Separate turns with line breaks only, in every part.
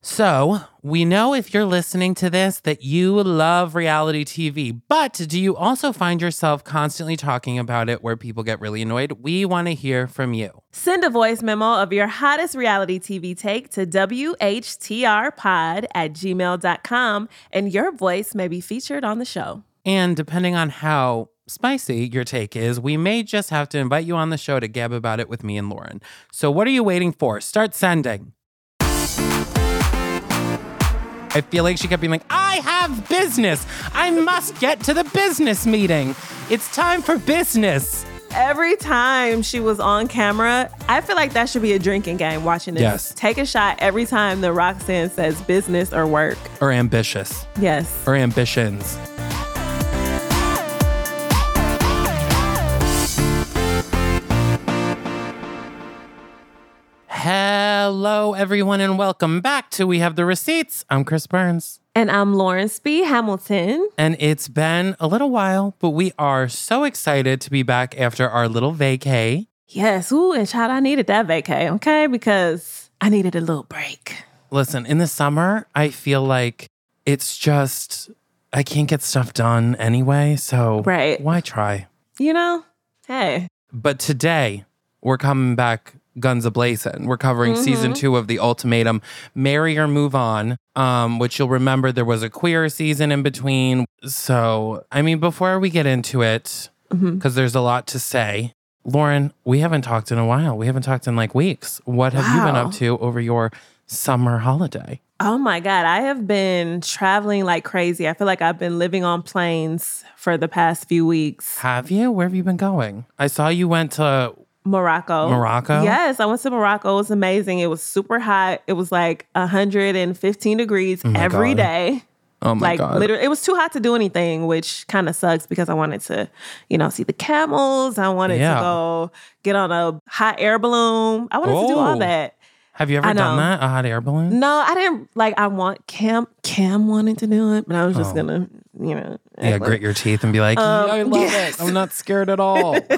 So, we know if you're listening to this that you love reality TV, but do you also find yourself constantly talking about it where people get really annoyed? We want to hear from you.
Send a voice memo of your hottest reality TV take to WHTRpod at gmail.com, and your voice may be featured on the show.
And depending on how spicy your take is, we may just have to invite you on the show to gab about it with me and Lauren. So, what are you waiting for? Start sending. I feel like she kept being like, I have business. I must get to the business meeting. It's time for business.
Every time she was on camera, I feel like that should be a drinking game watching this.
Yes.
Take a shot every time the Roxanne says business or work.
Or ambitious.
Yes.
Or ambitions. Hello, everyone, and welcome back to We Have the Receipts. I'm Chris Burns,
And I'm Lawrence B. Hamilton.
and it's been a little while, but we are so excited to be back after our little vacay.
Yes. Ooh, and child, I needed that vacay, okay? Because I needed a little break.
Listen, in the summer, I feel like it's just, I can't get stuff done anyway, so
Right.
why try?
You know? Hey.
But today, we're coming back guns ablazing. We're covering
Mm-hmm.
season two of The Ultimatum, Marry or Move On, um, which you'll remember there was a queer season in between. So, I mean, before we get into it, because
Mm-hmm.
there's a lot to say, Lauren, we haven't talked in a while. We haven't talked in like weeks. What have you been
Wow.
up to over your summer holiday?
Oh my God, I have been traveling like crazy. I feel like I've been living on planes for the past few weeks.
Have you? Where have you been going? I saw you went to
Morocco.
Morocco?
Yes, I went to Morocco. It was amazing. It was super hot. It was like 115 degrees every day.
God. Oh my
like
god.
literally it was too hot to do anything which kind of sucks because i wanted to you know see the camels i wanted
Yeah.
to go get on a hot air balloon i wanted to do
Oh.
all that
have you ever
I
done
know.
that? A hot air balloon?
no i didn't like i want cam cam wanted to do it but i was just
Oh.
gonna you know
Yeah,
act like-
grit your teeth and be like,
Um,
"Yeah, I love
yes.
it. I'm not scared at all.
But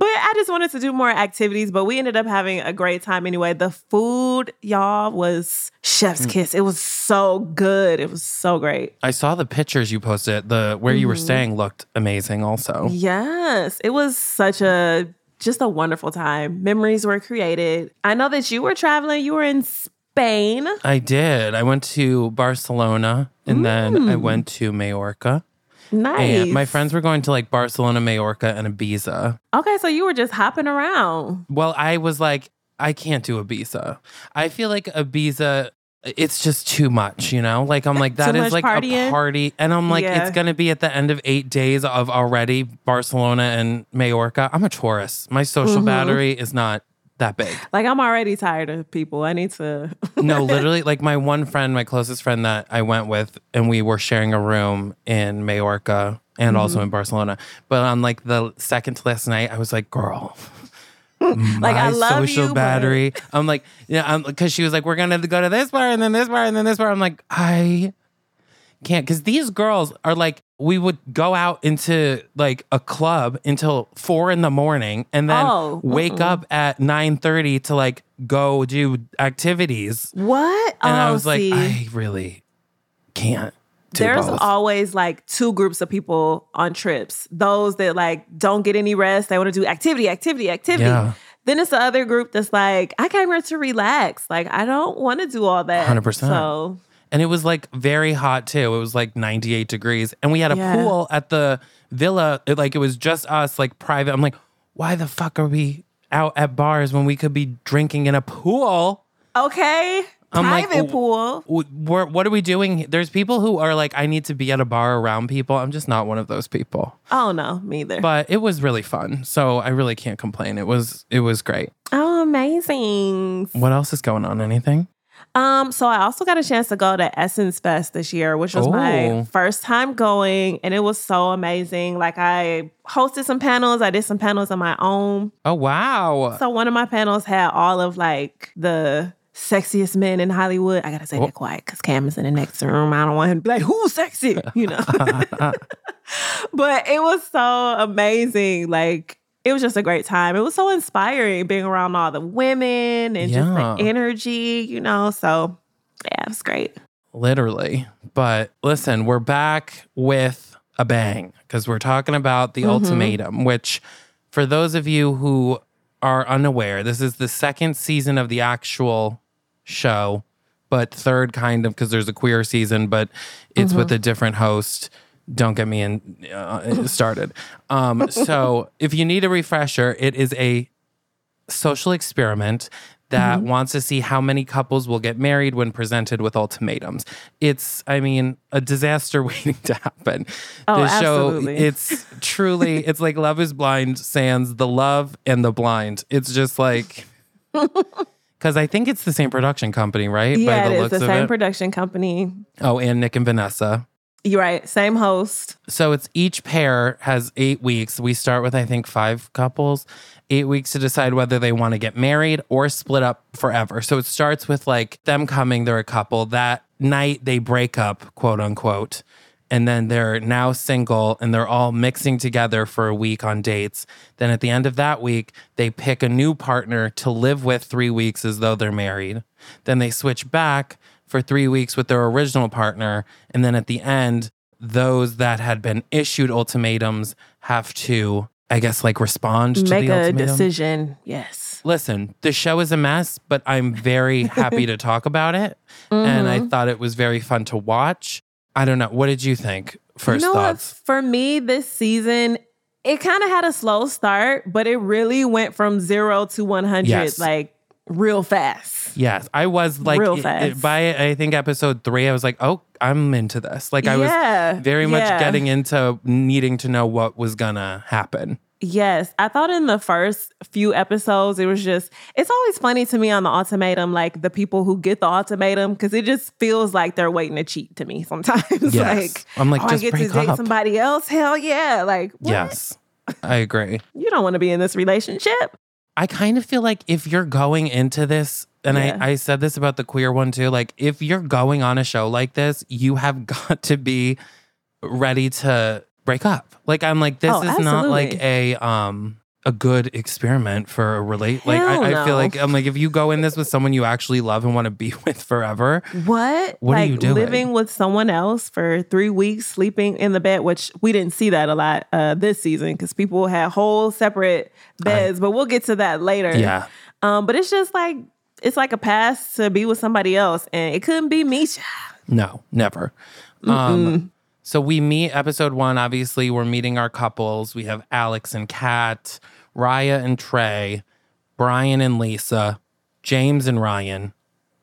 I just wanted to do more activities, but we ended up having a great time anyway. The food, y'all, was chef's
Mm.
kiss. It was so good. It was so great.
I saw the pictures you posted. The where you were staying looked amazing also.
Yes, it was such a just a wonderful time. Memories were created. I know that you were traveling, you were in Spain.
I did. I went to Barcelona and then I went to Majorca.
Nice.
And my friends were going to like Barcelona, Majorca, and Ibiza.
Okay, so you were just hopping around.
Well, I was like, I can't do Ibiza. I feel like Ibiza it's just too much, you know? Like I'm like that
Too
is
much
like
partying?
a party and I'm like
Yeah.
it's going to be at the end of 8 days of already Barcelona and Majorca. I'm a tourist. My social
Mm-hmm.
battery is not that big.
Like I'm already tired of people. I need to
No, literally like my one friend, my closest friend that I went with and we were sharing a room in Majorca and
Mm-hmm.
also in Barcelona. But on like the second to last night, I was like, "Girl,
like
my
I love
social
you. but-
battery. I'm like, yeah, I'm because she was like, we're gonna go to this bar and then this bar and then this bar. I'm like, I can't because these girls are like, we would go out into like a club until four in the morning and then
Oh,
wake up at nine thirty to like go do activities.
What?
And
oh,
I was like,
see,
I really can't. Do
there's
both.
always like two groups of people on trips. Those that like don't get any rest. They want to do activity, activity, activity.
Yeah.
Then it's the other group that's like, I came here to relax. Like I don't want to do all that.
100%.
So
And it was like very hot too. It was like 98 degrees. And we had a
Yeah.
pool at the villa. It- like it was just us, like private. I'm like, why the fuck are we out at bars when we could be drinking in a pool?
okay,
I'm like,
private
oh,
pool.
W- We're, what are we doing? There's people who are like, I need to be at a bar around people. I'm just not one of those people.
Oh no, me either.
But it was really fun. So I really can't complain. It was it was great.
oh, amazing.
What else is going on? Anything?
Um, so I also got a chance to go to Essence Fest this year, which was
Oh.
my first time going, and it was so amazing. Like I hosted some panels, I did some panels on my own.
Oh wow.
So one of my panels had all of like the sexiest men in Hollywood. I gotta say
Oh.
that quiet because Cam is in the next room. I don't want him to be like, who's sexy? You know. but it was so amazing. Like it was just a great time. It was so inspiring being around all the women and just
Yeah.
the energy, you know. So Yeah, it was great.
literally. But listen, we're back with a bang because we're talking about the ultimatum, which, for those of you who are unaware, this is the second season of the actual show, but third kind of because there's a queer season, but it's
Mm-hmm.
with a different host. Don't get me in uh, started. Um, so, if you need a refresher, it is a social experiment that
Mm-hmm.
wants to see how many couples will get married when presented with ultimatums. It's, I mean, a disaster waiting to happen.
Oh,
the show,
absolutely.
it's truly, it's like Love is Blind sans the love and the blind. It's just like, because I think it's the same production company, right?
Yeah,
By the
it is
looks
the
of
same
it.
production company.
oh, and Nick and Vanessa.
You're right. Same host.
So it's each pair has eight weeks. We start with, I think, five couples, eight weeks to decide whether they want to get married or split up forever. So it starts with like them coming, they're a couple. That night they break up, quote unquote. And then they're now single and they're all mixing together for a week on dates. Then at the end of that week, they pick a new partner to live with three weeks as though they're married. Then they switch back for three weeks with their original partner. And then at the end, those that had been issued ultimatums have to, I guess, like respond to
Make
the
a
ultimatum.
decision. Yes.
Listen, the show is a mess, but I'm very happy to talk about it. And
Mm-hmm.
I thought it was very fun to watch. I don't know. What did you think? First
you know
thoughts.
what? For me, this season, it kind of had a slow start, but it really went from zero to 100
Yes.
like real fast.
Yes, I was like
Real
it- it-
fast.
by I think episode three, I was like, oh, I'm into this. Like I
Yeah,
was very much
yeah.
getting into needing to know what was gonna happen.
Yes, I thought in the first few episodes, it was just, it's always funny to me on the ultimatum, like the people who get the ultimatum, because it just feels like they're waiting to cheat to me
Yes.
sometimes. like,
I'm like,
oh,
just
I get to
break
date
up.
somebody else? Hell yeah. Like, what?
Yes, I agree.
you don't want to be in this relationship.
I kind of feel like if you're going into this, and
Yeah.
I, I said this about the queer one too, like if you're going on a show like this, you have got to be ready to break up. Like I'm like, this
Oh,
is not like
absolutely.
a um a good experiment for a relate. Like
Hell
I, I
no.
feel like I'm like if you go in this with someone you actually love and want to be with forever,
What?
What are
like
you doing?
living with someone else for three weeks, sleeping in the bed, which we didn't see that a lot uh, this season because people had whole separate beds. but we'll get to that later.
yeah.
Um, but it's just like it's like a pass to be with somebody else, and it couldn't be me. child.
No, never. Um, so we meet episode one. Obviously, we're meeting our couples. We have Alex and Kat, Raya and Trey, Brian and Lisa, James and Ryan,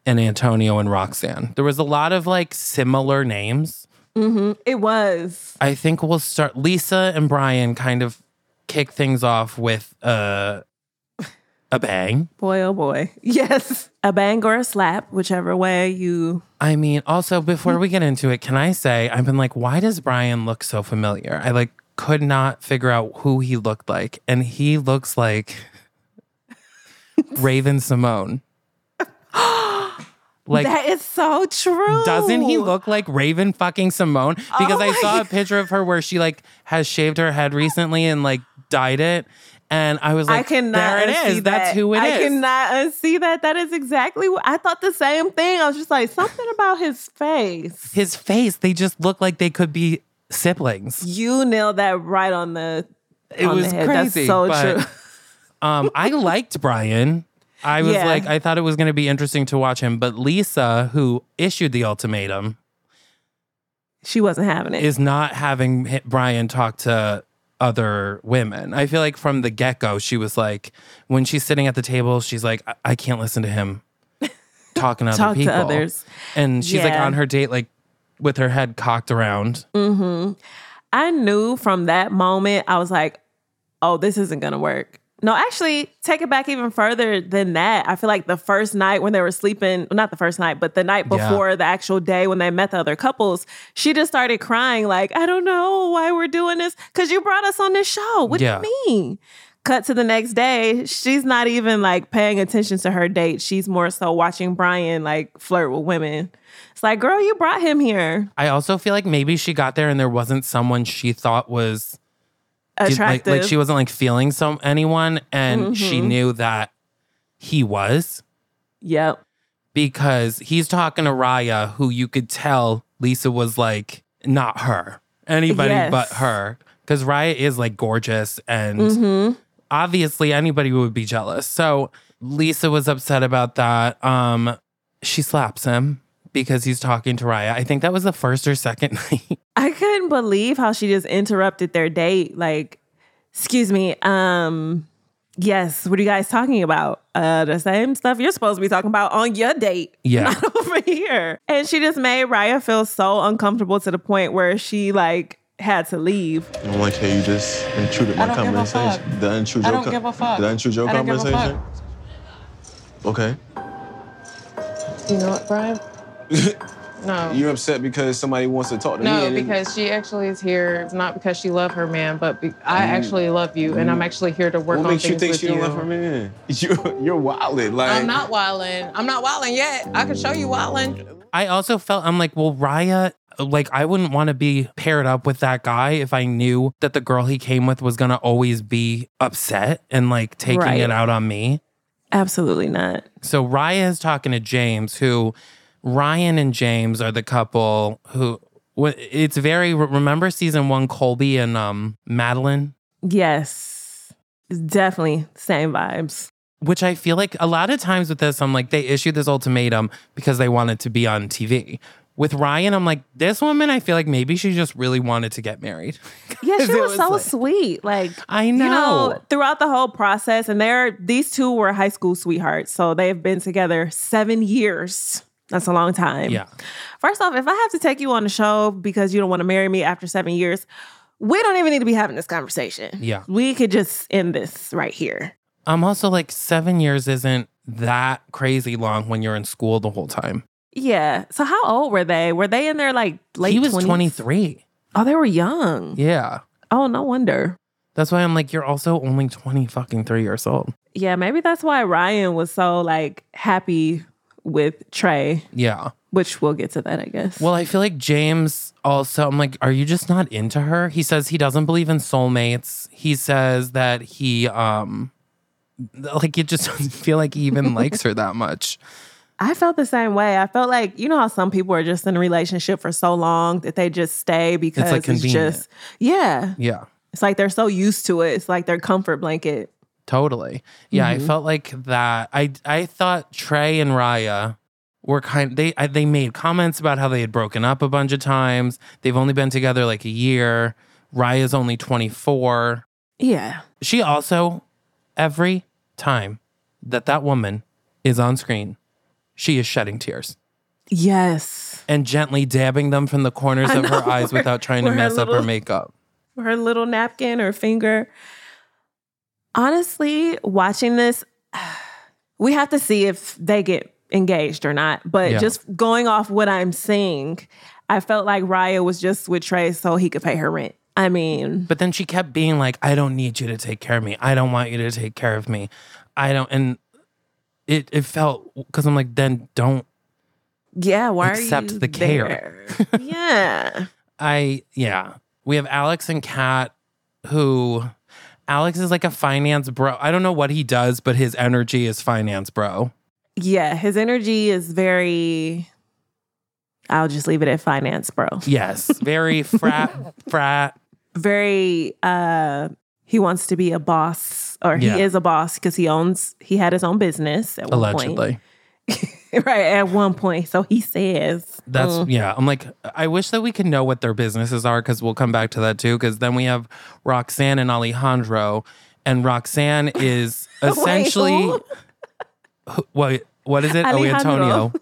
and Antonio and Roxanne. There was a lot of like similar names.
It was
I think we'll start Lisa and Brian kind of kick things off with uh, a bang.
boy, oh boy, yes, a bang or a slap, whichever way you.
I mean, also before we get into it, can I say I've been like, why does Brian look so familiar? I like could not figure out who he looked like, and he looks like Raven Simone. like,
that is so true.
doesn't he look like Raven fucking Simone? Because I
Oh my
saw a picture of her where she like has shaved her head recently and like dyed it, and I was
I
like,
cannot
there it
unsee
is. That's
that.
who it is.
I cannot unsee that. That is exactly what I thought the same thing. I was just like, something about his face.
His face, they just look like they could be siblings.
You nailed that right on the
it
on
was
the head.
crazy.
That's so
but,
true.
um, I liked Brian. I was
Yeah.
like, I thought it was going to be interesting to watch him, but Lisa, who issued the ultimatum,
She wasn't having it.
is not having hi- Brian talk to other women. I feel like from the get go, she was like, when she's sitting at the table, she's like, I, I can't listen to him talking to other
Talk
people.
to others.
And she's like
Yeah. Mm.
on her date, like with her head cocked around.
I knew from that moment, I was like, oh, this isn't gonna work. No, actually, take it back even further than that. I feel like the first night when they were sleeping, not the first night, but the night
Yeah.
before the actual day when they met the other couples, she just started crying, like, I don't know why we're doing this. Cause you brought us on this show. What
Yeah.
do you mean? Cut to the next day, she's not even like paying attention to her date. She's more so watching Brian like flirt with women. It's like, girl, you brought him here.
I also feel like maybe she got there and there wasn't someone she thought was did-
Attractive. Mm-hmm.
Like, like she wasn't like feeling some anyone, and she knew that he was.
yep.
because he's talking to Raya, who you could tell Lisa was like, not her, anybody
Yes.
but her. Because Raya is like gorgeous and
Mm-hmm.
obviously anybody would be jealous. So Lisa was upset about that. Um, she slaps him because he's talking to Raya. I think that was the first or second night.
I couldn't believe how she just interrupted their date. Like, excuse me, um, yes, what are you guys talking about? Uh, the same stuff you're supposed to be talking about on your date.
Yeah.
Not over here. And she just made Raya feel so uncomfortable to the point where she like had to leave.
I don't like how you just intruded
I
my
don't give a
conversation.
fuck.
Did I intrude
I
your
don't
con-
give a fuck.
Did I intrude your
I don't give a
conversation? Okay.
You know what, Brian? No.
You're upset because somebody wants to talk to me.
no,
and-
because she actually is here not because she loved her man, but be- I actually love you, and I'm actually here to work
What
on
makes
things
you think
with
she
you.
don't love her man? You, you're wild. Like
I'm not wildin'. I'm not wildin' yet. I can show you wildin'.
I also felt I'm like, well, Raya, like I wouldn't want to be paired up with that guy if I knew that the girl he came with was gonna always be upset and like taking
Right.
it out on me.
Absolutely not.
So Raya is talking to James, who Ryan and James are the couple who wh- it's very remember season one Colby and um Madeline,
Yes. Definitely same vibes.
which I feel like a lot of times with this, I'm like they issued this ultimatum because they wanted to be on TV. With Ryan, I'm like this woman. I feel like maybe she just really wanted to get married.
Yeah, she
It
was,
was
so
like-
sweet. Like
I
You know,
know.
throughout the whole process, and they're these two were high school sweethearts, so they've been together seven years. That's a long time.
Yeah.
First off, if I have to take you on the show because you don't want to marry me after seven years, we don't even need to be having this conversation.
Yeah.
We could just end this right here.
I'm Um, also like seven years isn't that crazy long when you're in school the whole time.
Yeah. So how old were they? Were they in their like late?
he was
20s?
23.
Oh, they were young.
Yeah.
Oh, no wonder.
That's why I'm like, you're also only 20 fucking three years old.
Yeah, maybe that's why Ryan was so like happy with Trey,
Yeah.
which we'll get to that, I guess.
Well, I feel like James also, I'm like, are you just not into her? He says he doesn't believe in soulmates. He says that he, um, like, it just doesn't feel like he even likes her that much.
I felt the same way. I felt like you know how some people are just in a relationship for so long that they just stay because it's,
like, convenient.
just yeah.
Yeah.
It's like they're so used to it. It's like their comfort blanket.
Totally. Yeah,
Mm-hmm.
I felt like that. I I thought Trey and Raya were kind. They I, they made comments about how they had broken up a bunch of times. They've only been together like a year. Raya's only twenty four.
Yeah.
She also every time that that woman is on screen, she is shedding tears
Yes.
and gently dabbing them from the corners
I
of her
know,
eyes
where-
without trying to
where her
mess up her
little-
makeup.
Her little napkin or finger. Honestly, watching this, we have to see if they get engaged or not. But
Yeah.
just going off what I'm seeing, I felt like Raya was just with Trey so he could pay her rent. I mean,
But then she kept being like, I don't need you to take care of me. I don't want you to take care of me. I don't. And it, it felt because I'm like, then don't.
yeah, why
Accept
are you
the care.
there? yeah.
I, yeah. We have Alex and Kat, who Alex is like a finance bro. I don't know what he does, but his energy is finance bro.
Yeah, his energy is very. I'll just leave it at finance, bro.
Yes. Very frat, frat.
Very. uh He wants to be a boss, or
Yeah.
he is a boss because he owns. He had his own business at one
Allegedly.
point, right? At one point, so he says
That's
Mm.
yeah. I'm like, I wish that we could know what their businesses are because we'll come back to that too. Because then we have Roxanne and Alejandro, and Roxanne is essentially
who?
Who- what? What is it? Oh, Antonio.
Alejandro.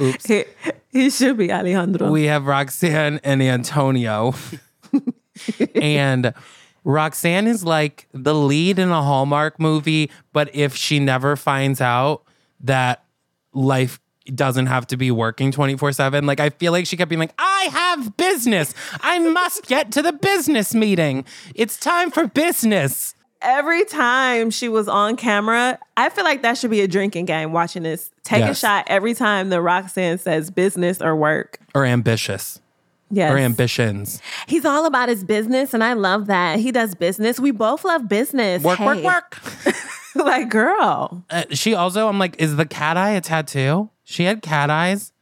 Oops.
he, he should be Alejandro.
We have Roxanne and Antonio, and Roxanne is like the lead in a Hallmark movie. But if she never finds out that life doesn't have to be working 24 7. Like, I feel like she kept being like, I have business. I must get to the business meeting. It's time for business.
Every time she was on camera, I feel like that should be a drinking game. Watching this, take a
Yes.
shot every time the Roxanne says business or work.
Or ambitious.
Yes,
Or ambitions.
He's all about his business, and I love that. He does business. We both love business.
Work,
Hey.
work, work.
like, girl.
Uh, she also, I'm like, is the cat eye a tattoo? She had cat eyes,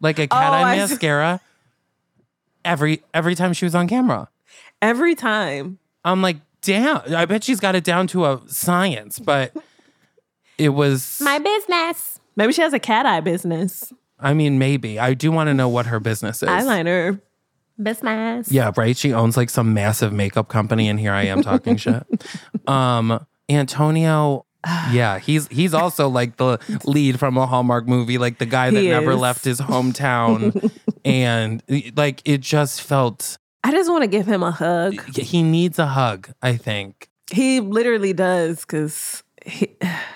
like a cat
Oh,
eye
I see.
mascara. Every every time she was on camera,
Every time.
I'm like, damn. I bet she's got it down to a science, but it was.
business. Maybe she has a cat eye business.
I mean, maybe I do want to know what her business is.
Eyeliner. Business.
Yeah, right. She owns like some massive makeup company, and here I am talking shit. Um, Antonio. Yeah, he's he's also like the lead from a Hallmark movie, like the guy that
He
never
is.
left his hometown, and like it just felt
I just want to give him a hug.
he needs a hug. I think
He literally does because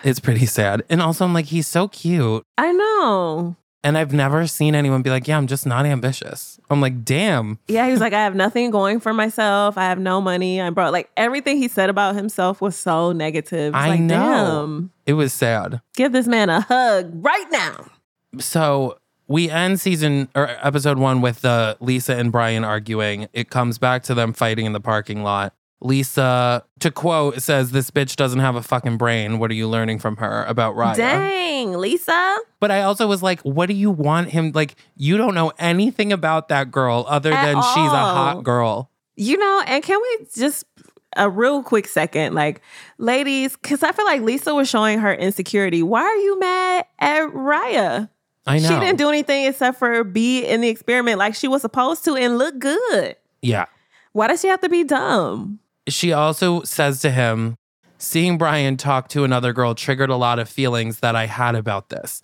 it's pretty sad, and also I'm like he's so cute,
I know.
and I've never seen anyone be like, yeah, I'm just not ambitious. I'm like, damn,
Yeah, he was like, I have nothing going for myself. I have no money. I'm broke. Like everything he said about himself was so negative. It's
I
like,
know.
damn,
it was sad.
give this man a hug right now.
so we end season or episode one with the Lisa and Brian arguing. It comes back to them fighting in the parking lot. Lisa, to quote, says, "This bitch doesn't have a fucking brain. What are you learning from her about Raya?"
Dang, Lisa.
But I also was like, "What do you want him? Like, you don't know anything about that girl other
At
than she's a hot
all.
girl."
You know, and can we just a real quick second, like, ladies, because I feel like Lisa was showing her insecurity. Why are you mad at Raya?
I know.
She didn't do anything except for be in the experiment like she was supposed to and look good.
yeah.
Why does she have to be dumb?
She also says to him, Seeing Brian talk to another girl triggered a lot of feelings that I had about this.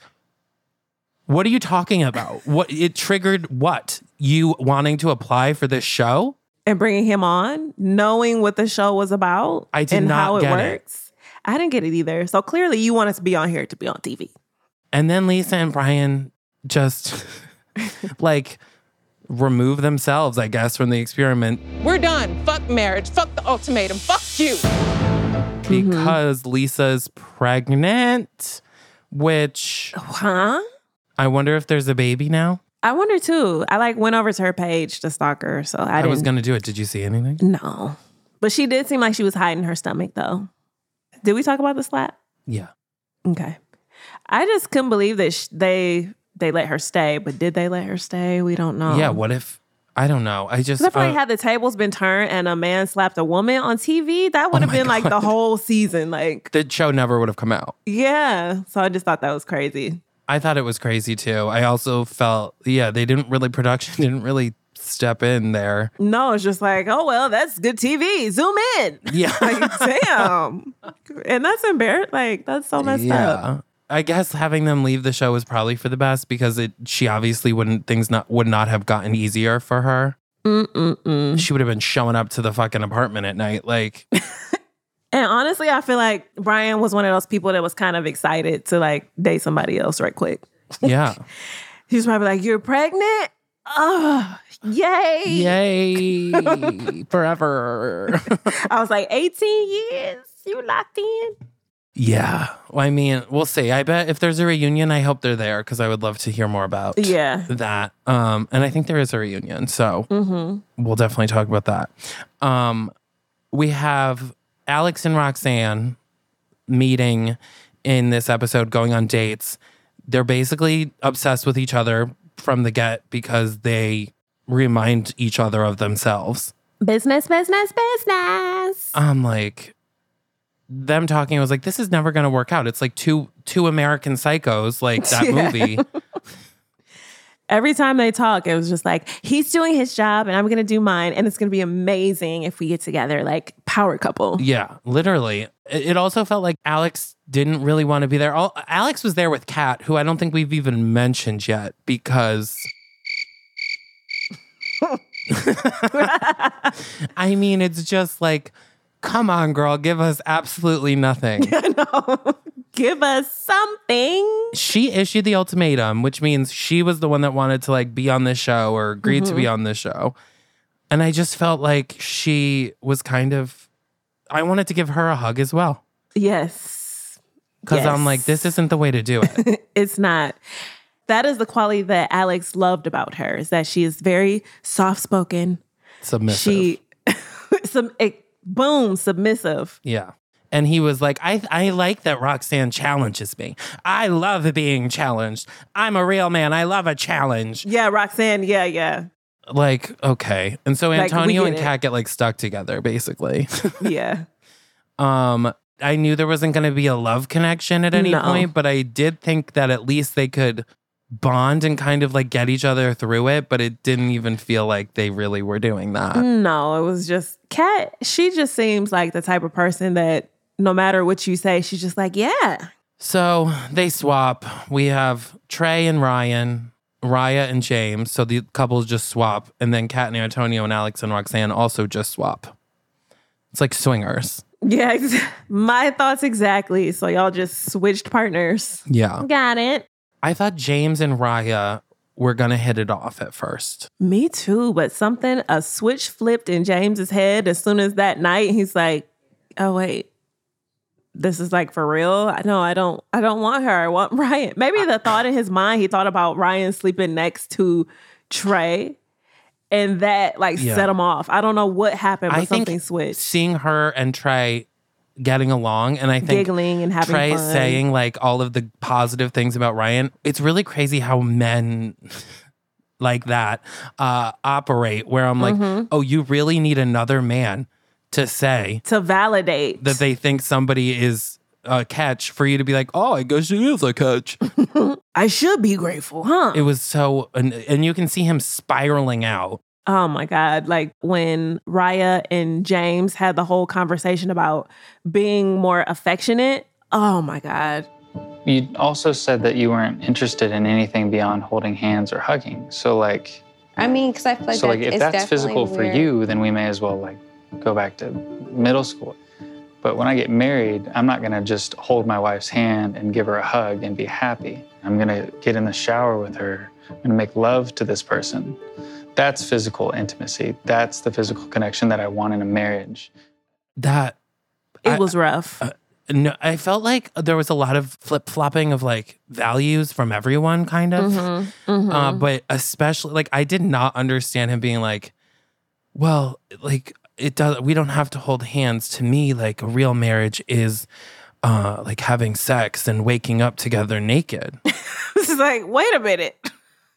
What are you talking about? what it triggered what? You wanting to apply for this show?
and bringing him on, knowing what the show was about
I did
and
not
how it
get it.
works. I didn't get it either. So clearly, you want us to be on here to be on TV.
And then Lisa and Brian just like remove themselves, I guess, from the experiment
We're done. Fuck marriage. Fuck the ultimatum. Fuck you.
because Lisa's pregnant, which
Huh?
I wonder if there's a baby now.
I wonder too. I like went over to her page to stalk her, so I,
I,
didn't.
was going to do it. Did you see anything?
no, but she did seem like she was hiding her stomach though. Did we talk about the slap?
Yeah.
Okay, I just couldn't believe that sh- they they let her stay, but did they let her stay? We don't know.
Yeah, what if I don't know. I just
Because Um, I feel
uh,
like had the tables been turned and a man slapped a woman on TV, that would have
Oh my
been like the
God.
whole season. Like,
the show never would have come out.
Yeah. So I just thought that was crazy.
I thought it was crazy too. I also felt yeah, they didn't really production didn't really step in there.
No, it's just like, oh well, that's good TV. Zoom in.
Yeah.
Like, damn. And that's embarrassing. Like, that's so messed up.
yeah. I guess having them leave the show was probably for the best because it she obviously wouldn't things not would not have gotten easier for her.
Mm-mm-mm.
She would have been showing up to the fucking apartment at night like
And honestly, I feel like Brian was one of those people that was kind of excited to like date somebody else right quick.
yeah.
He was probably like, You're pregnant? Oh, yay.
Yay. Forever.
I was like, 18 years? You locked in?
yeah. Well, I mean, we'll see. I bet if there's a reunion, I hope they're there because I would love to hear more about
Yeah.
that. Um, and I think there is a reunion, so
Mm-hmm.
we'll definitely talk about that. Um, we have Alex and Roxanne meeting in this episode, going on dates. They're basically obsessed with each other from the get because they remind each other of themselves.
Business, business, business.
I'm like, them talking, I was like, this is never going to work out. It's like two two American psychos, like that
Yeah.
movie.
every time they talk, it was just like, he's doing his job and I'm going to do mine. And it's going to be amazing if we get together, like power couple.
Yeah, literally. It it also felt like Alex didn't really want to be there. Al- Alex was there with Kat, who I don't think we've even mentioned yet because. I mean, it's just like, come on, girl, give us absolutely nothing.
Give us something.
she issued the ultimatum, which means she was the one that wanted to like be on this show or agreed to
Mm-hmm.
be on this show. And I just felt like she was kind of, I wanted to give her a hug as well.
Yes,
Because I'm
Yes.
like, this isn't the way to do it.
it's not. That is the quality that Alex loved about her is that she is very soft spoken.
Submissive.
She, some, it, eh, boom, submissive.
yeah. And he was like, I, I like that Roxanne challenges me. I love being challenged. I'm a real man. I love a challenge.
Yeah, Roxanne. Yeah, yeah,
Like, okay. And so
we
Antonio
get
and
it.
Kat get like stuck together, basically.
yeah.
Um, I knew there wasn't going to be a love connection at any
No.
point, but I did think that at least they could bond and kind of like get each other through it. But it didn't even feel like they really were doing
Uh.
that.
Mm. No, it was just Kat. She just seems like the type of person that no matter what you say, she's just like, yeah,
So they swap. We have Trey and Ryan, Raya and James. So the couples just swap. And then Kat and Antonio and Alex and Roxanne also just swap. It's like swingers.
yeah. ex- My thoughts exactly. So y'all just switched partners.
Yeah.
Got it.
I thought James and Raya were going to hit it off at first.
Me too, but something a switch flipped in James's head as soon as that night. He's like, "Oh wait, this is like for real. I know I don't. I don't want her. I want Ryan." Maybe the thought in his mind, he thought about Ryan sleeping next to Trey, and that like
Yeah.
set him off. I don't know what happened, but
I think
something switched.
Seeing her and Trey getting along, and I think
Giggling and having
Trey
fun.
saying like all of the positive things about Ryan. It's really crazy how men like that uh, operate. Where I'm like,
Mm-hmm.
oh, you really need another man to say
to validate
that they think somebody is a catch for you to be like, oh, I guess she is a catch.
I should be grateful, huh?
it was so, and, and you can see him spiraling out.
Oh my God. Like when Raya and James had the whole conversation about being more affectionate. Oh my God.
You also said that you weren't interested in anything beyond holding hands or hugging. So like,
I mean, because I feel like,
so like
that
if
is
that's
definitely
physical for
where-
you, then we may as well like go back to middle school. But when I get married, I'm not gonna just hold my wife's hand and give her a hug and be happy. I'm gonna get in the shower with her. I'm gonna make love to this person. That's physical intimacy. That's the physical connection that I want in a marriage.
That
It
I- uh,
was rough.
no, I felt like there was a lot of flip flopping of like values from everyone, kind of.
Mhm,
Uh,
mhm.
but especially like I did not understand him being like, well, like it does. We don't have to hold hands. To me, like a real marriage is uh, like having sex and waking up together naked.
It's like, wait a minute.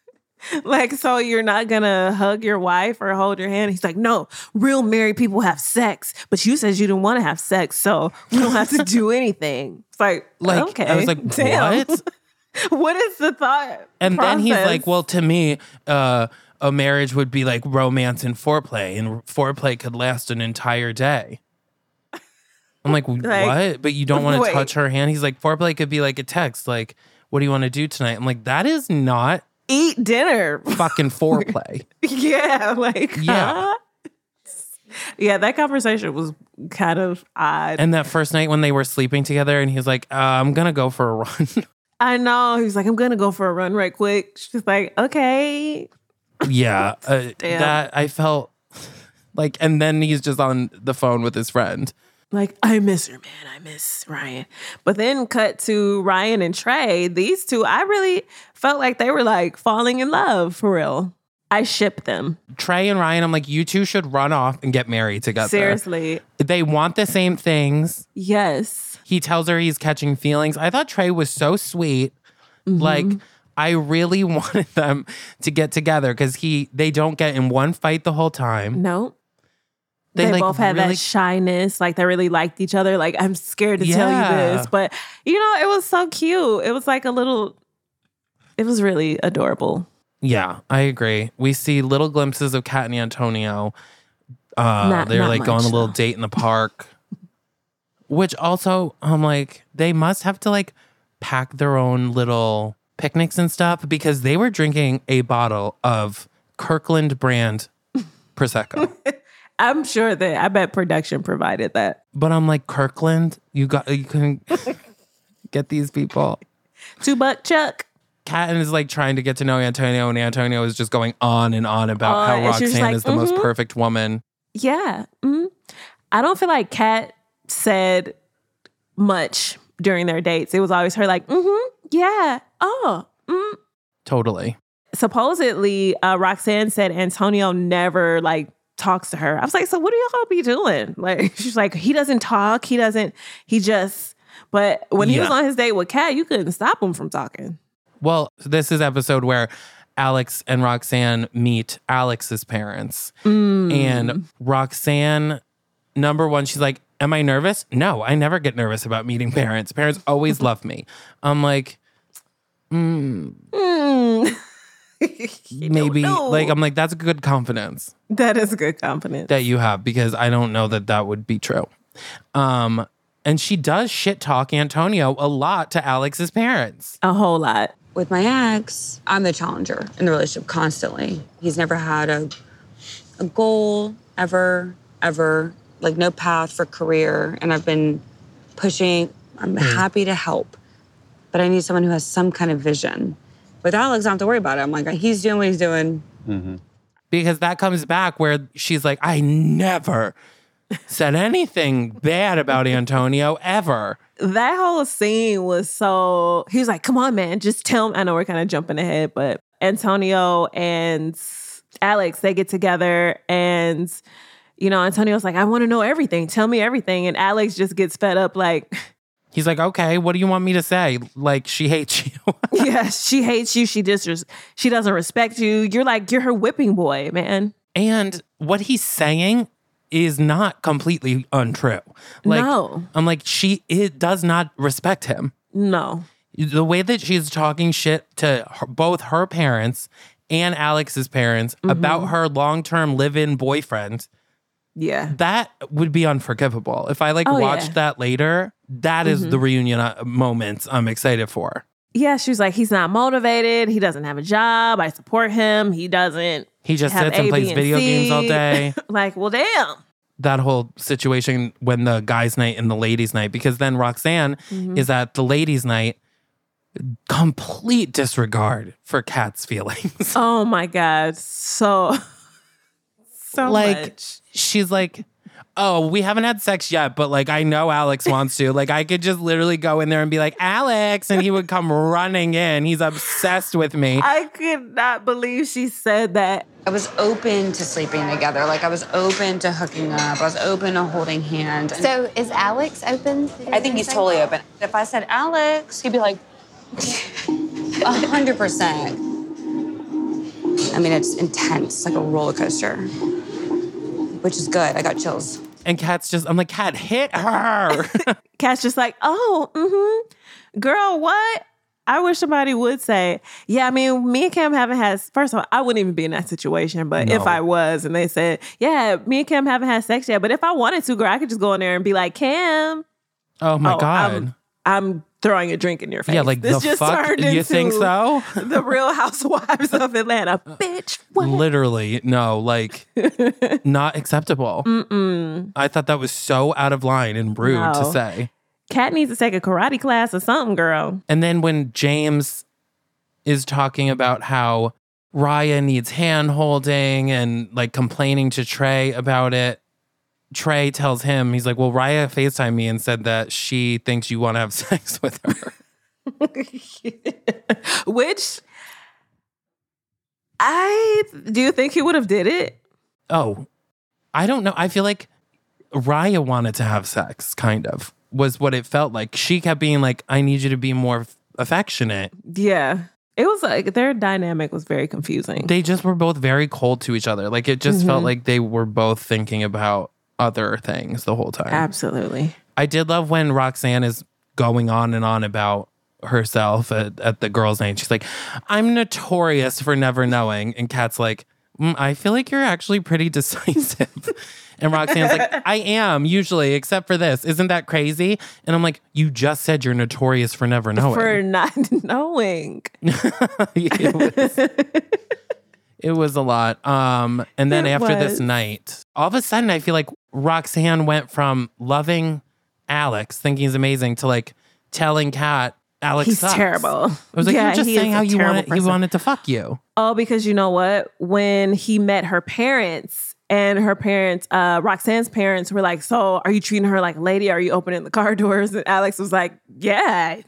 like, so you're not going to hug your wife or hold your hand? He's like, no, real married people have sex, but you said you didn't want to have sex. So we don't have to do anything. It's like,
Like
okay.
I was like,
damn.
what?
what is the thought?
And then he's
process?
like, well, to me, uh, a marriage would be like romance and foreplay, and foreplay could last an entire day. I'm like,
Like,
what? But you don't want to
wait.
touch her hand? He's like, foreplay could be like a text, like, what do you want to do tonight? I'm like, that is not
eat dinner.
fucking foreplay.
Yeah, like
Yeah.
huh? yeah. That conversation was kind of odd.
and that first night when they were sleeping together, and he was like, uh, I'm going to go for a run.
I know he was like, "I'm gonna go for a run right quick." She's like, "Okay."
yeah. Uh,
Damn.
that I felt like, and then he's just on the phone with his friend.
Like, I miss her, man. I miss Ryan. But then cut to Ryan and Trey. These two, I really felt like they were like falling in love for real. I ship them
Trey and Ryan, I'm like, you two should run off and get married together.
seriously.
They want the same things.
Yes.
He tells her he's catching feelings. I thought Trey was so sweet.
Mm-hmm.
Like I really wanted them to get together because he they don't get in one fight the whole time.
No.
They,
Mm-hmm. They,
like,
both had
really-
that shyness, like they really liked each other. Like, I'm scared to tell
Yeah.
you this, but you know, it was so cute. It was like a little, it was really adorable.
Yeah, I agree. We see little glimpses of Kat and Antonio. Uh,
Not-
they're
not
like going on a
much,
little
though.
date in the park, which also I'm like, they must have to like pack their own little picnics and stuff because they were drinking a bottle of Kirkland brand prosecco.
I'm sure that I bet production provided that.
but I'm like, Kirkland, you got you couldn't get these people.
Two buck Chuck.
Kat is like trying to get to know Antonio, and Antonio is just going on and on about
Oh,
how
and she
Roxanne
was just like,
is the most
mhm.
perfect woman.
Yeah. Mm. I don't feel like Kat said much during their dates. It was always her, like, mm hmm, yeah, oh, mm,
Totally.
supposedly uh, Roxanne said Antonio never like talks to her. I was like, so what do y'all be doing? Like, she's like, he doesn't talk. He doesn't, he just, but when he was
Yeah.
on his date with Kat, you couldn't stop him from talking.
Well, this is episode where Alex and Roxanne meet Alex's parents. And Roxanne, number one, she's like, Am I nervous? No, I never get nervous about meeting parents. Parents always love me. I'm like,
Mm.
maybe,
know.
like, um I'm like, that's good confidence
that is good confidence.
that you have because I don't know that that would be true. Um, and she does shit talk Antonio a lot to Alex's parents.
a whole lot.
with my ex, I'm the challenger in the relationship constantly. He's never had a a goal ever, ever, like no path for career. And I've been pushing. I'm happy to help, but I need someone who has some kind of vision. With Alex, I don't have to worry about it. I'm like, he's doing what he's doing.
because that comes back where she's like, I never said anything bad about Antonio ever.
that whole scene was so he was like come on man just tell him i know we're kind of jumping ahead but antonio and alex they get together and you know antonio's like i want to know everything tell me everything and alex just gets fed up like
He's like, okay, what do you want me to say? Like, she hates you.
yeah she hates you she disres she doesn't respect you you're like you're her whipping boy man
and what he's saying is not completely untrue. Like,
No.
I'm like, she it does not respect him.
no
The way that she's talking shit to her, both her parents and Alex's parents about her long term live in boyfriend.
yeah
that would be unforgivable. If I like
Oh,
watched
yeah. Mm-hmm.
that later, that is the reunion uh, moments I'm excited for.
yeah she was like he's not motivated he doesn't have a job i support him he doesn't
He just
have
sits and
A,
plays
B, and
video games all
C.
day.
like well damn
that whole situation when the guys' night and the ladies' night, because then Roxanne
Mm-hmm.
is at the ladies' night, complete disregard for Kat's feelings.
Oh my God. So, so
Like-
much.
She's like, Oh, we haven't had sex yet, but like I know Alex wants to. Like I could just literally go in there and be like, Alex, and he would come running in. He's obsessed with me.
I could not believe she said that.
I was open to sleeping together. Like I was open to hooking up. I was open to holding hands.
So is Alex open? to
I think he's totally
anything?
open. If I said Alex, he'd be like, a hundred percent. I mean, it's intense, it's like a roller coaster, which is good. I got chills.
And Kat's just, I'm like, Kat, hit her.
Cat's just like, oh, mm-hmm. Girl, what? I wish somebody would say, yeah, I mean, me and Cam haven't had, first of all, I wouldn't even be in that situation, but if
No.
I was and they said, yeah, me and Cam haven't had sex yet, but if I wanted to, girl, I could just go in there and be like, Cam,
oh my
Oh,
God.
I'm- I'm throwing a drink in your face.
yeah, like
this
the
just
fuck?
turned
You think
into
so?
The Real Housewives of Atlanta. Bitch, what?
Literally, no, like not acceptable. I thought that was so out of line and rude to
No.
say.
Cat needs to take a karate class or something, girl.
And then when James is talking about how Raya needs hand holding and like complaining to Trey about it, Trey tells him, he's like, Well, Raya FaceTimed me and said that she thinks you want to have sex with her.
Which I do you think he would have did it?
Oh, I don't know. I feel like Raya wanted to have sex, kind of, was what it felt like. She kept being like, I need you to be more f- affectionate.
Yeah. It was like their dynamic was very confusing.
They just were both very cold to each other. Like, it just felt like they were both thinking about other things the whole time.
Absolutely.
I did love when Roxanne is going on and on about herself at, at the girls' night. She's like, I'm notorious for never knowing. And Kat's like, "Mm, I feel like you're actually pretty decisive. and Roxanne's like, I am usually, except for this. Isn't that crazy? And I'm like, You just said you're notorious for never knowing.
For not knowing.
it, was, it was a lot. Um, and then
It
after this
was.
night, all of a sudden, I feel like Roxanne went from loving Alex, thinking he's amazing, to like telling Kat, Alex,
He's
sucks.
terrible.
I was like,
Yeah,
you're just
he is
saying
a
how you
terrible
wanted, he
person.
wanted to fuck you.
Oh, because you know what? When he met her parents and her parents, uh, Roxanne's parents were like, So are you treating her like a lady? Are you opening the car doors? And Alex was like, Yeah,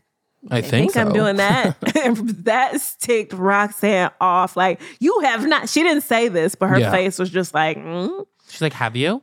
I think, so.
I'm doing that. that ticked Roxanne off. Like, you have not, she didn't say this, but her
Yeah.
face was just like, mm.
She's like, "Have you?"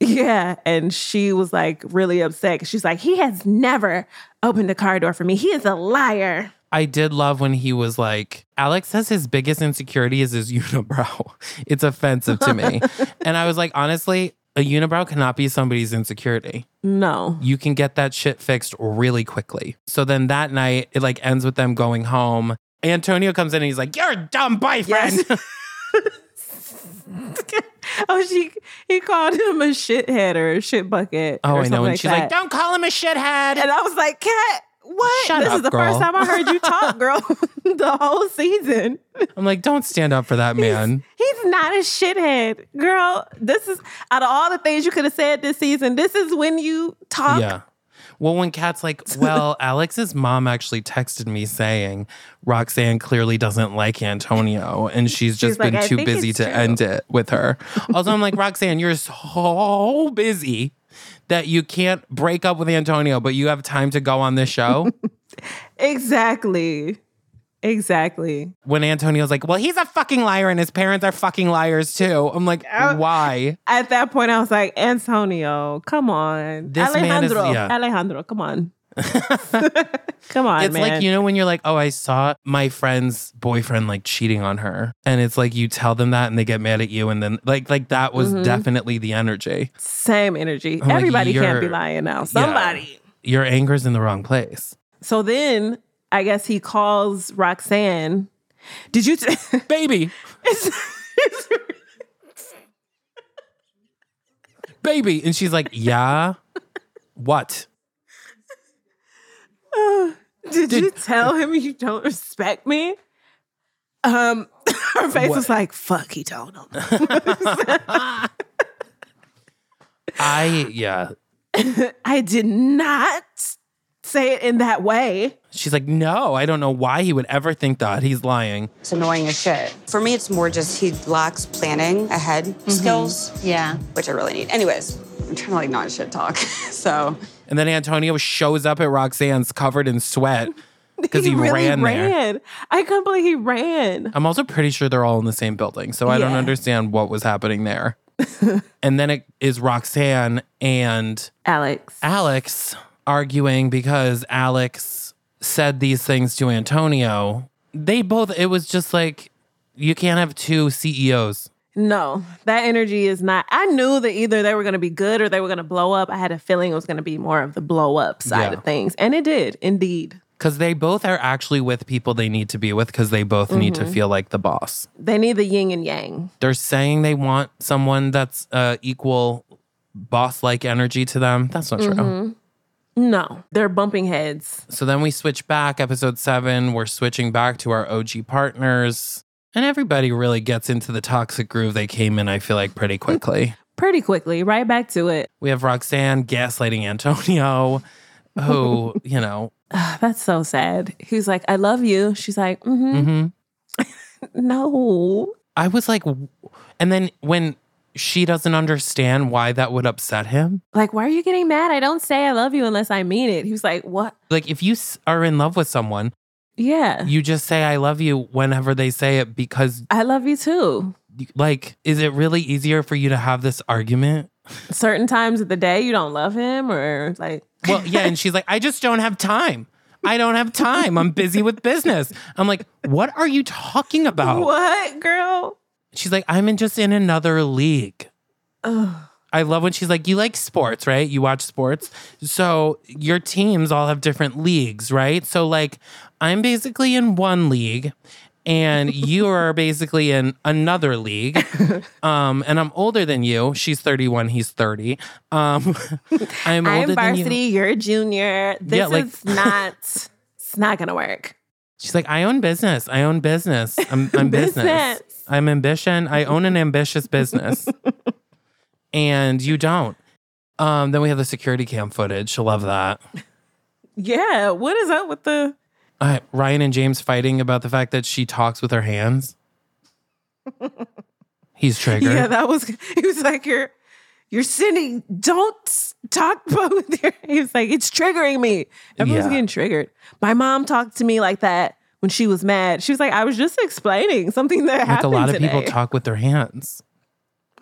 yeah. And she was like really upset. 'cause She's like, he has never opened the car door for me. He is a liar.
I did love when he was like, Alex says his biggest insecurity is his unibrow. It's offensive to me. and I was like, honestly, a unibrow cannot be somebody's insecurity.
No.
You can get that shit fixed really quickly. So then that night, it like ends with them going home. Antonio comes in and he's like, You're a dumb boyfriend.
oh, she he called him a shithead or a shit bucket.
oh,
or
I
something
know. And
like
she's like,
that.
Don't call him a shithead.
And I was like, Cat, what?
Shut
this
up,
is the
girl."
first time I heard you talk, girl, the whole season.
I'm like, Don't stand up for that man.
He's not a shithead. Girl, this is out of all the things you could have said this season, this is when you talk.
Yeah. Well, when Kat's like, well, Alex's mom actually texted me saying Roxanne clearly doesn't like Antonio and she's just
like,
been
"I
too
think
busy
it's
to
true."
end it with her. Also, I'm like, Roxanne, you're so busy that you can't break up with Antonio, but you have time to go on this show.
Exactly. Exactly.
when Antonio's like, well, he's a fucking liar and his parents are fucking liars too. I'm like,
Oh.
why?
At that point, I was like, Antonio, come on.
This man is-
Alejandro,
yeah.
Alejandro, come on. come on,
It's
man.
like you know when you're like, oh, I saw my friend's boyfriend like cheating on her, and it's like you tell them that, and they get mad at you, and then like like that was definitely the energy.
Same energy.
I'm like,
Everybody can't be
you're-
lying now. Somebody.
Your anger's in the wrong place,
So then I guess he calls Roxanne. Did you? T-
baby, baby, and she's like, yeah, what?
Did, you tell him you don't respect me? Um, her face was like, "Fuck," he told him.
I yeah.
I did not say it in that way.
She's like, no, I don't know why he would ever think that. He's lying.
It's annoying as shit. For me, it's more just he lacks planning ahead skills,
Yeah.
which I really need. Anyways, I'm trying to like not shit talk. so
And then Antonio shows up at Roxanne's covered in sweat because he, ran, there.
I can't believe he ran.
I'm also pretty sure they're all in the same building, so I don't
Yeah.
understand what was happening there. and then it is Roxanne and
Alex.
Alex arguing because Alex said these things to Antonio. They both, it was just like, you can't have two E CEOs.
No, that energy is not. I knew that either they were going to be good or they were going to blow up. I had a feeling it was going to be more of the blow up side
Yeah.
of things, and it did indeed.
Because they both are actually with people they need to be with because they both need to feel like the boss.
They need the yin and yang.
They're saying they want someone that's uh, equal boss like energy to them. That's not true.
No, they're bumping heads.
So then we switch back, episode seven. We're switching back to our OG partners. And everybody really gets into the toxic groove they came in, I feel like, pretty quickly.
pretty quickly, right back to it.
we have Roxanne gaslighting Antonio, who, you know,
That's so sad. He's like, I love you. She's like, mm-hmm,
mhm.
no.
I was like, w- and then when she doesn't understand why that would upset him,
Like, why are you getting mad? I don't say I love you unless I mean it. He was like, what?
like if you s- are in love with someone,
Yeah.
you just say, I love you whenever they say it because,
I love you too.
like, is it really easier for you to have this argument
Certain times of the day you don't love him or like
Well, yeah, and she's like, I just don't have time. I don't have time. I'm busy with business. I'm like, what are you talking about?
what, girl?
She's like, I'm in just in another league.
Ugh.
I love when she's like, you like sports, right? You watch sports. So your teams all have different leagues, right? So like I'm basically in one league and you are basically in another league. Um, and I'm older than you. She's 31, he's 30. Um, I'm older
I'm
than you.
varsity, you. are a junior. This
Yeah, like-
is not it's not gonna work.
She's like, I own business. I own business. I'm, I'm business.
Business.
I'm ambition. I own an ambitious business. and you don't. Um, then we have the security cam footage. I love that.
Yeah. What is up with the
Uh, Ryan and James fighting about the fact that she talks with her hands. He's triggered.
Yeah, that was he was like, You're You're sinning. Don't s- talk about with your. He was like, it's triggering me. Everyone's
Yeah.
getting triggered. My mom talked to me like that when she was mad. She was like, I was just explaining something that
Like a
happened.
lot of
today.
people talk with their hands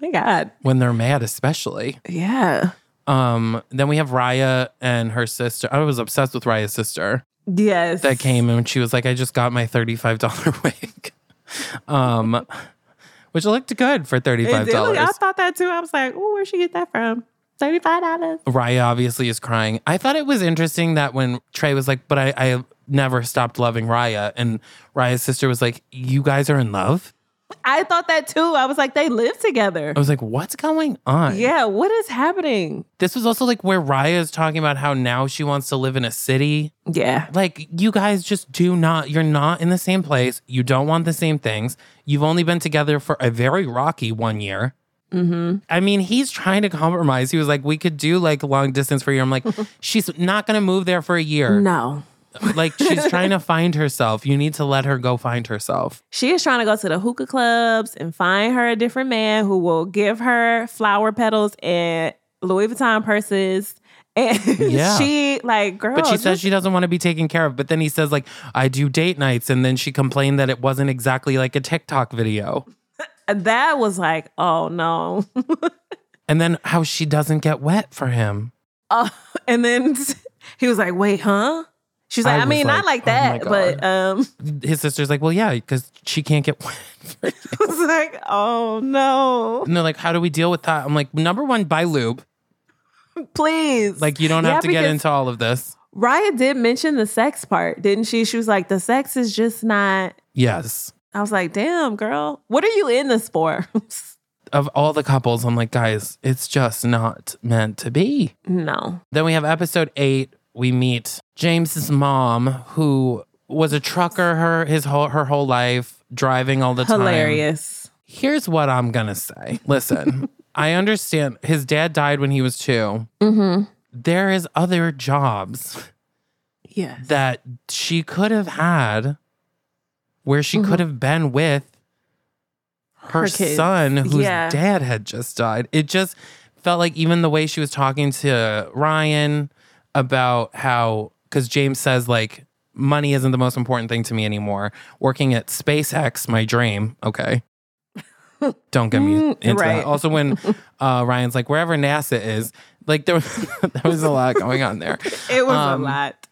My God.
when they're mad, especially.
Yeah.
Um, then we have Raya and her sister. I was obsessed with Raya's sister
Yes.
that came and she was like, I just got my $35 wig. um, which looked good for
It
$35.
did look- I thought that too. I was like, oh, where'd she get that from? $35.
Raya obviously is crying. I thought it was interesting that when Trey was like, but I, I never stopped loving Raya. And Raya's sister was like, you guys are in love?
I thought that too. I was like, they live together.
I was like, what's going on?
Yeah, what is happening?
This was also like where Raya is talking about how now she wants to live in a city.
Yeah.
Like, you guys just do not, you're not in the same place. You don't want the same things. You've only been together for a very rocky one year. Mm-hmm. I mean, he's trying to compromise. He was like, we could do like long distance for a year. I'm like, she's not going to move there for a year.
No.
like she's trying to find herself. You need to let her go find herself.
She is trying to go to the hookah clubs and find her a different man who will give her flower petals and Louis Vuitton purses. And
Yeah.
she like, girl,
But she says
just-
she doesn't want to be taken care of. But then he says, like, I do date nights. And then she complained that it wasn't exactly like a TikTok video.
that was like, oh no.
And then how she doesn't get wet for him.
Uh, and then he was like, wait, huh? She was like,
I
I,
was
mean,
like,
not like
oh my
that, but um,
His sister's like, Well, yeah, because she can't get wet. For you.
I was like, oh no,
And they're like, How do we deal with that? I'm like, Number one, buy lube.
please.
Like, you don't
Yeah,
have to get
because-
into all of this.
Raya did mention the sex part, didn't she? She was like, the sex is just not.
Yes.
I was like, damn, girl, what are you in this for?
Of all the couples, I'm like, Guys, it's just not meant to be.
no.
Then we have episode eight. We meet James's mom, who was a trucker her his whole her whole life, driving all the time.
Hilarious.
Here's what I'm gonna say. Listen, I understand his dad died when he was two.
Mm-hmm.
There is other jobs
Yes.
that she could have had where she could have been with her,
Mm-hmm. Her kids.
son whose
Yeah.
dad had just died. It just felt like even the way she was talking to Ryan about how cuz James says like money isn't the most important thing to me anymore. Working at SpaceX my dream, okay. Don't get me
Mm,
into
right.
that. Also when uh, Ryan's like wherever NASA is, like there was, there was a lot going on there.
It was
Um,
a lot.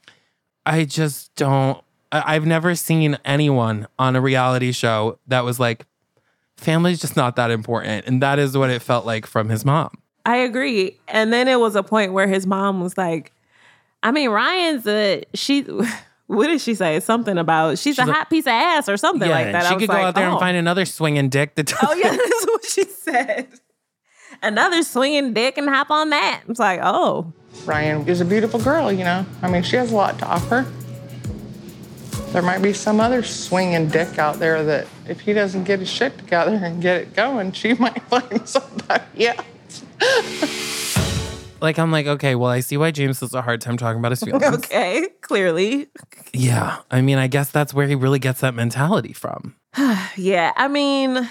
I just don't. I- I've never seen anyone on a reality show that was like, family's just not that important. And that is what it felt like from his mom.
I agree. And then it was a point where his mom was like, I mean, Ryan's a she. What did she say? Something about she's, a
like-
hot piece of ass or something like that.
she
I was
could
like,
go out there
oh.
and find another swinging dick that
Oh yeah, that's what she said. Another swinging dick and hop on that. It's like, oh,
Ryan is a beautiful girl, you know. I mean, she has a lot to offer. There might be some other swinging dick out there that if he doesn't get his shit together and get it going, she might find somebody else.
like, I'm like, okay, well, I see why James has a hard time talking about his feelings.
okay, clearly,
Yeah. I mean, I guess that's where he really gets that mentality from.
yeah. I mean,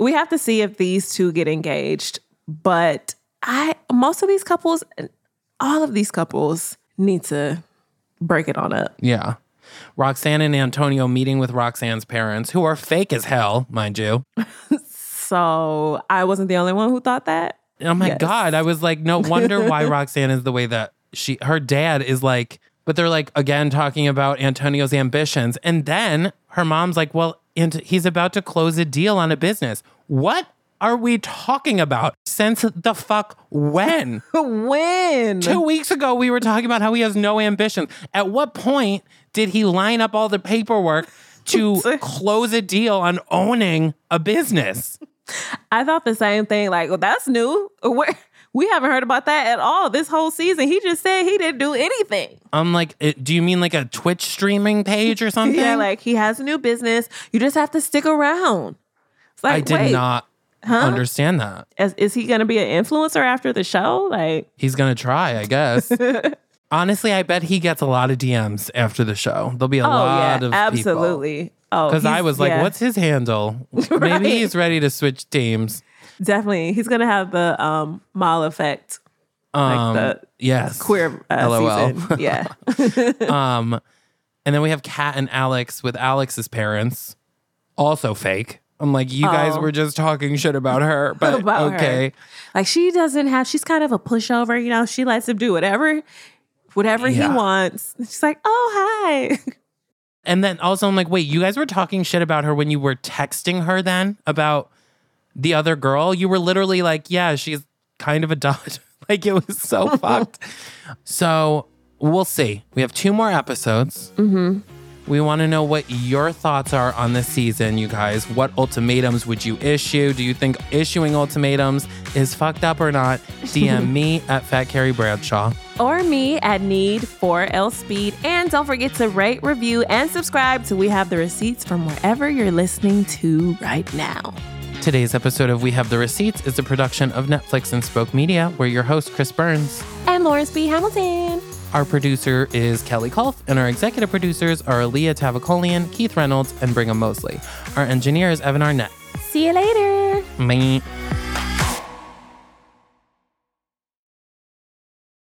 we have to see if these two get engaged, but I most of these couples, all of these couples, need to break it on up.
Yeah. Roxanne and Antonio meeting with Roxanne's parents, who are fake as hell, mind you.
So I wasn't the only one who thought that.
Oh my
Yes.
god! I was like, no wonder why Roxanne is the way that she. Her dad is like, but they're like again talking about Antonio's ambitions, and then her mom's like, well, and he's about to close a deal on a business. What are we talking about? Since the fuck when?
When
Two weeks ago, we were talking about how he has no ambitions. At what point did he line up all the paperwork to close a deal on owning a business?
I thought the same thing. Like, well, that's new. Where we haven't heard about that at all this whole season. He just said he didn't do anything.
I'm like, it, do you mean like a Twitch streaming page or something?
Yeah, like he has a new business. You just have to stick around. It's like,
I did
wait,
not understand that.
Is, is he going to be an influencer after the show? Like,
He's gonna try, I guess. Honestly, I bet he gets a lot of DMs after the show. There'll be a
oh
lot
yeah,
of
absolutely. Oh,
Because I
he's-
was like,
yeah.
what's his handle? Maybe he's ready to switch teams.
Definitely. He's going to have the um, mall effect.
Um,
the
yes.
Queer uh,
LOL.
season. Yeah.
Um, and then we have Kat and Alex with Alex's parents, also fake. I'm like, you guys
Oh.
were just talking shit about her, but
About her.
okay.
like she doesn't have, she's kind of a pushover, you know, she lets him do whatever, whatever
Yeah.
he wants. She's like, oh, hi.
And then also, I'm like, wait, you guys were talking shit about her when you were texting her then about the other girl? You were literally like, yeah, she's kind of a dot. like, it was so fucked. So we'll see. We have two more episodes. Mm-hmm. We want to know what your thoughts are on this season, you guys. What ultimatums would you issue? Do you think issuing ultimatums is fucked up or not? DM me at Fat Carrie Bradshaw.
or me at need for L Speed. And don't forget to rate, review, and subscribe to We Have the Receipts from wherever you're listening to right now.
Today's episode of We Have the Receipts is a production of Netflix and Spoke Media. We're your host, Chris Burns.
And Lawrence B. Hamilton.
Our producer is Kelly Kolf, and our executive producers are Aaliyah Tavakolian, Keith Reynolds, and Brigham Mosley. Our engineer is Evan Arnett.
See you later.
Me.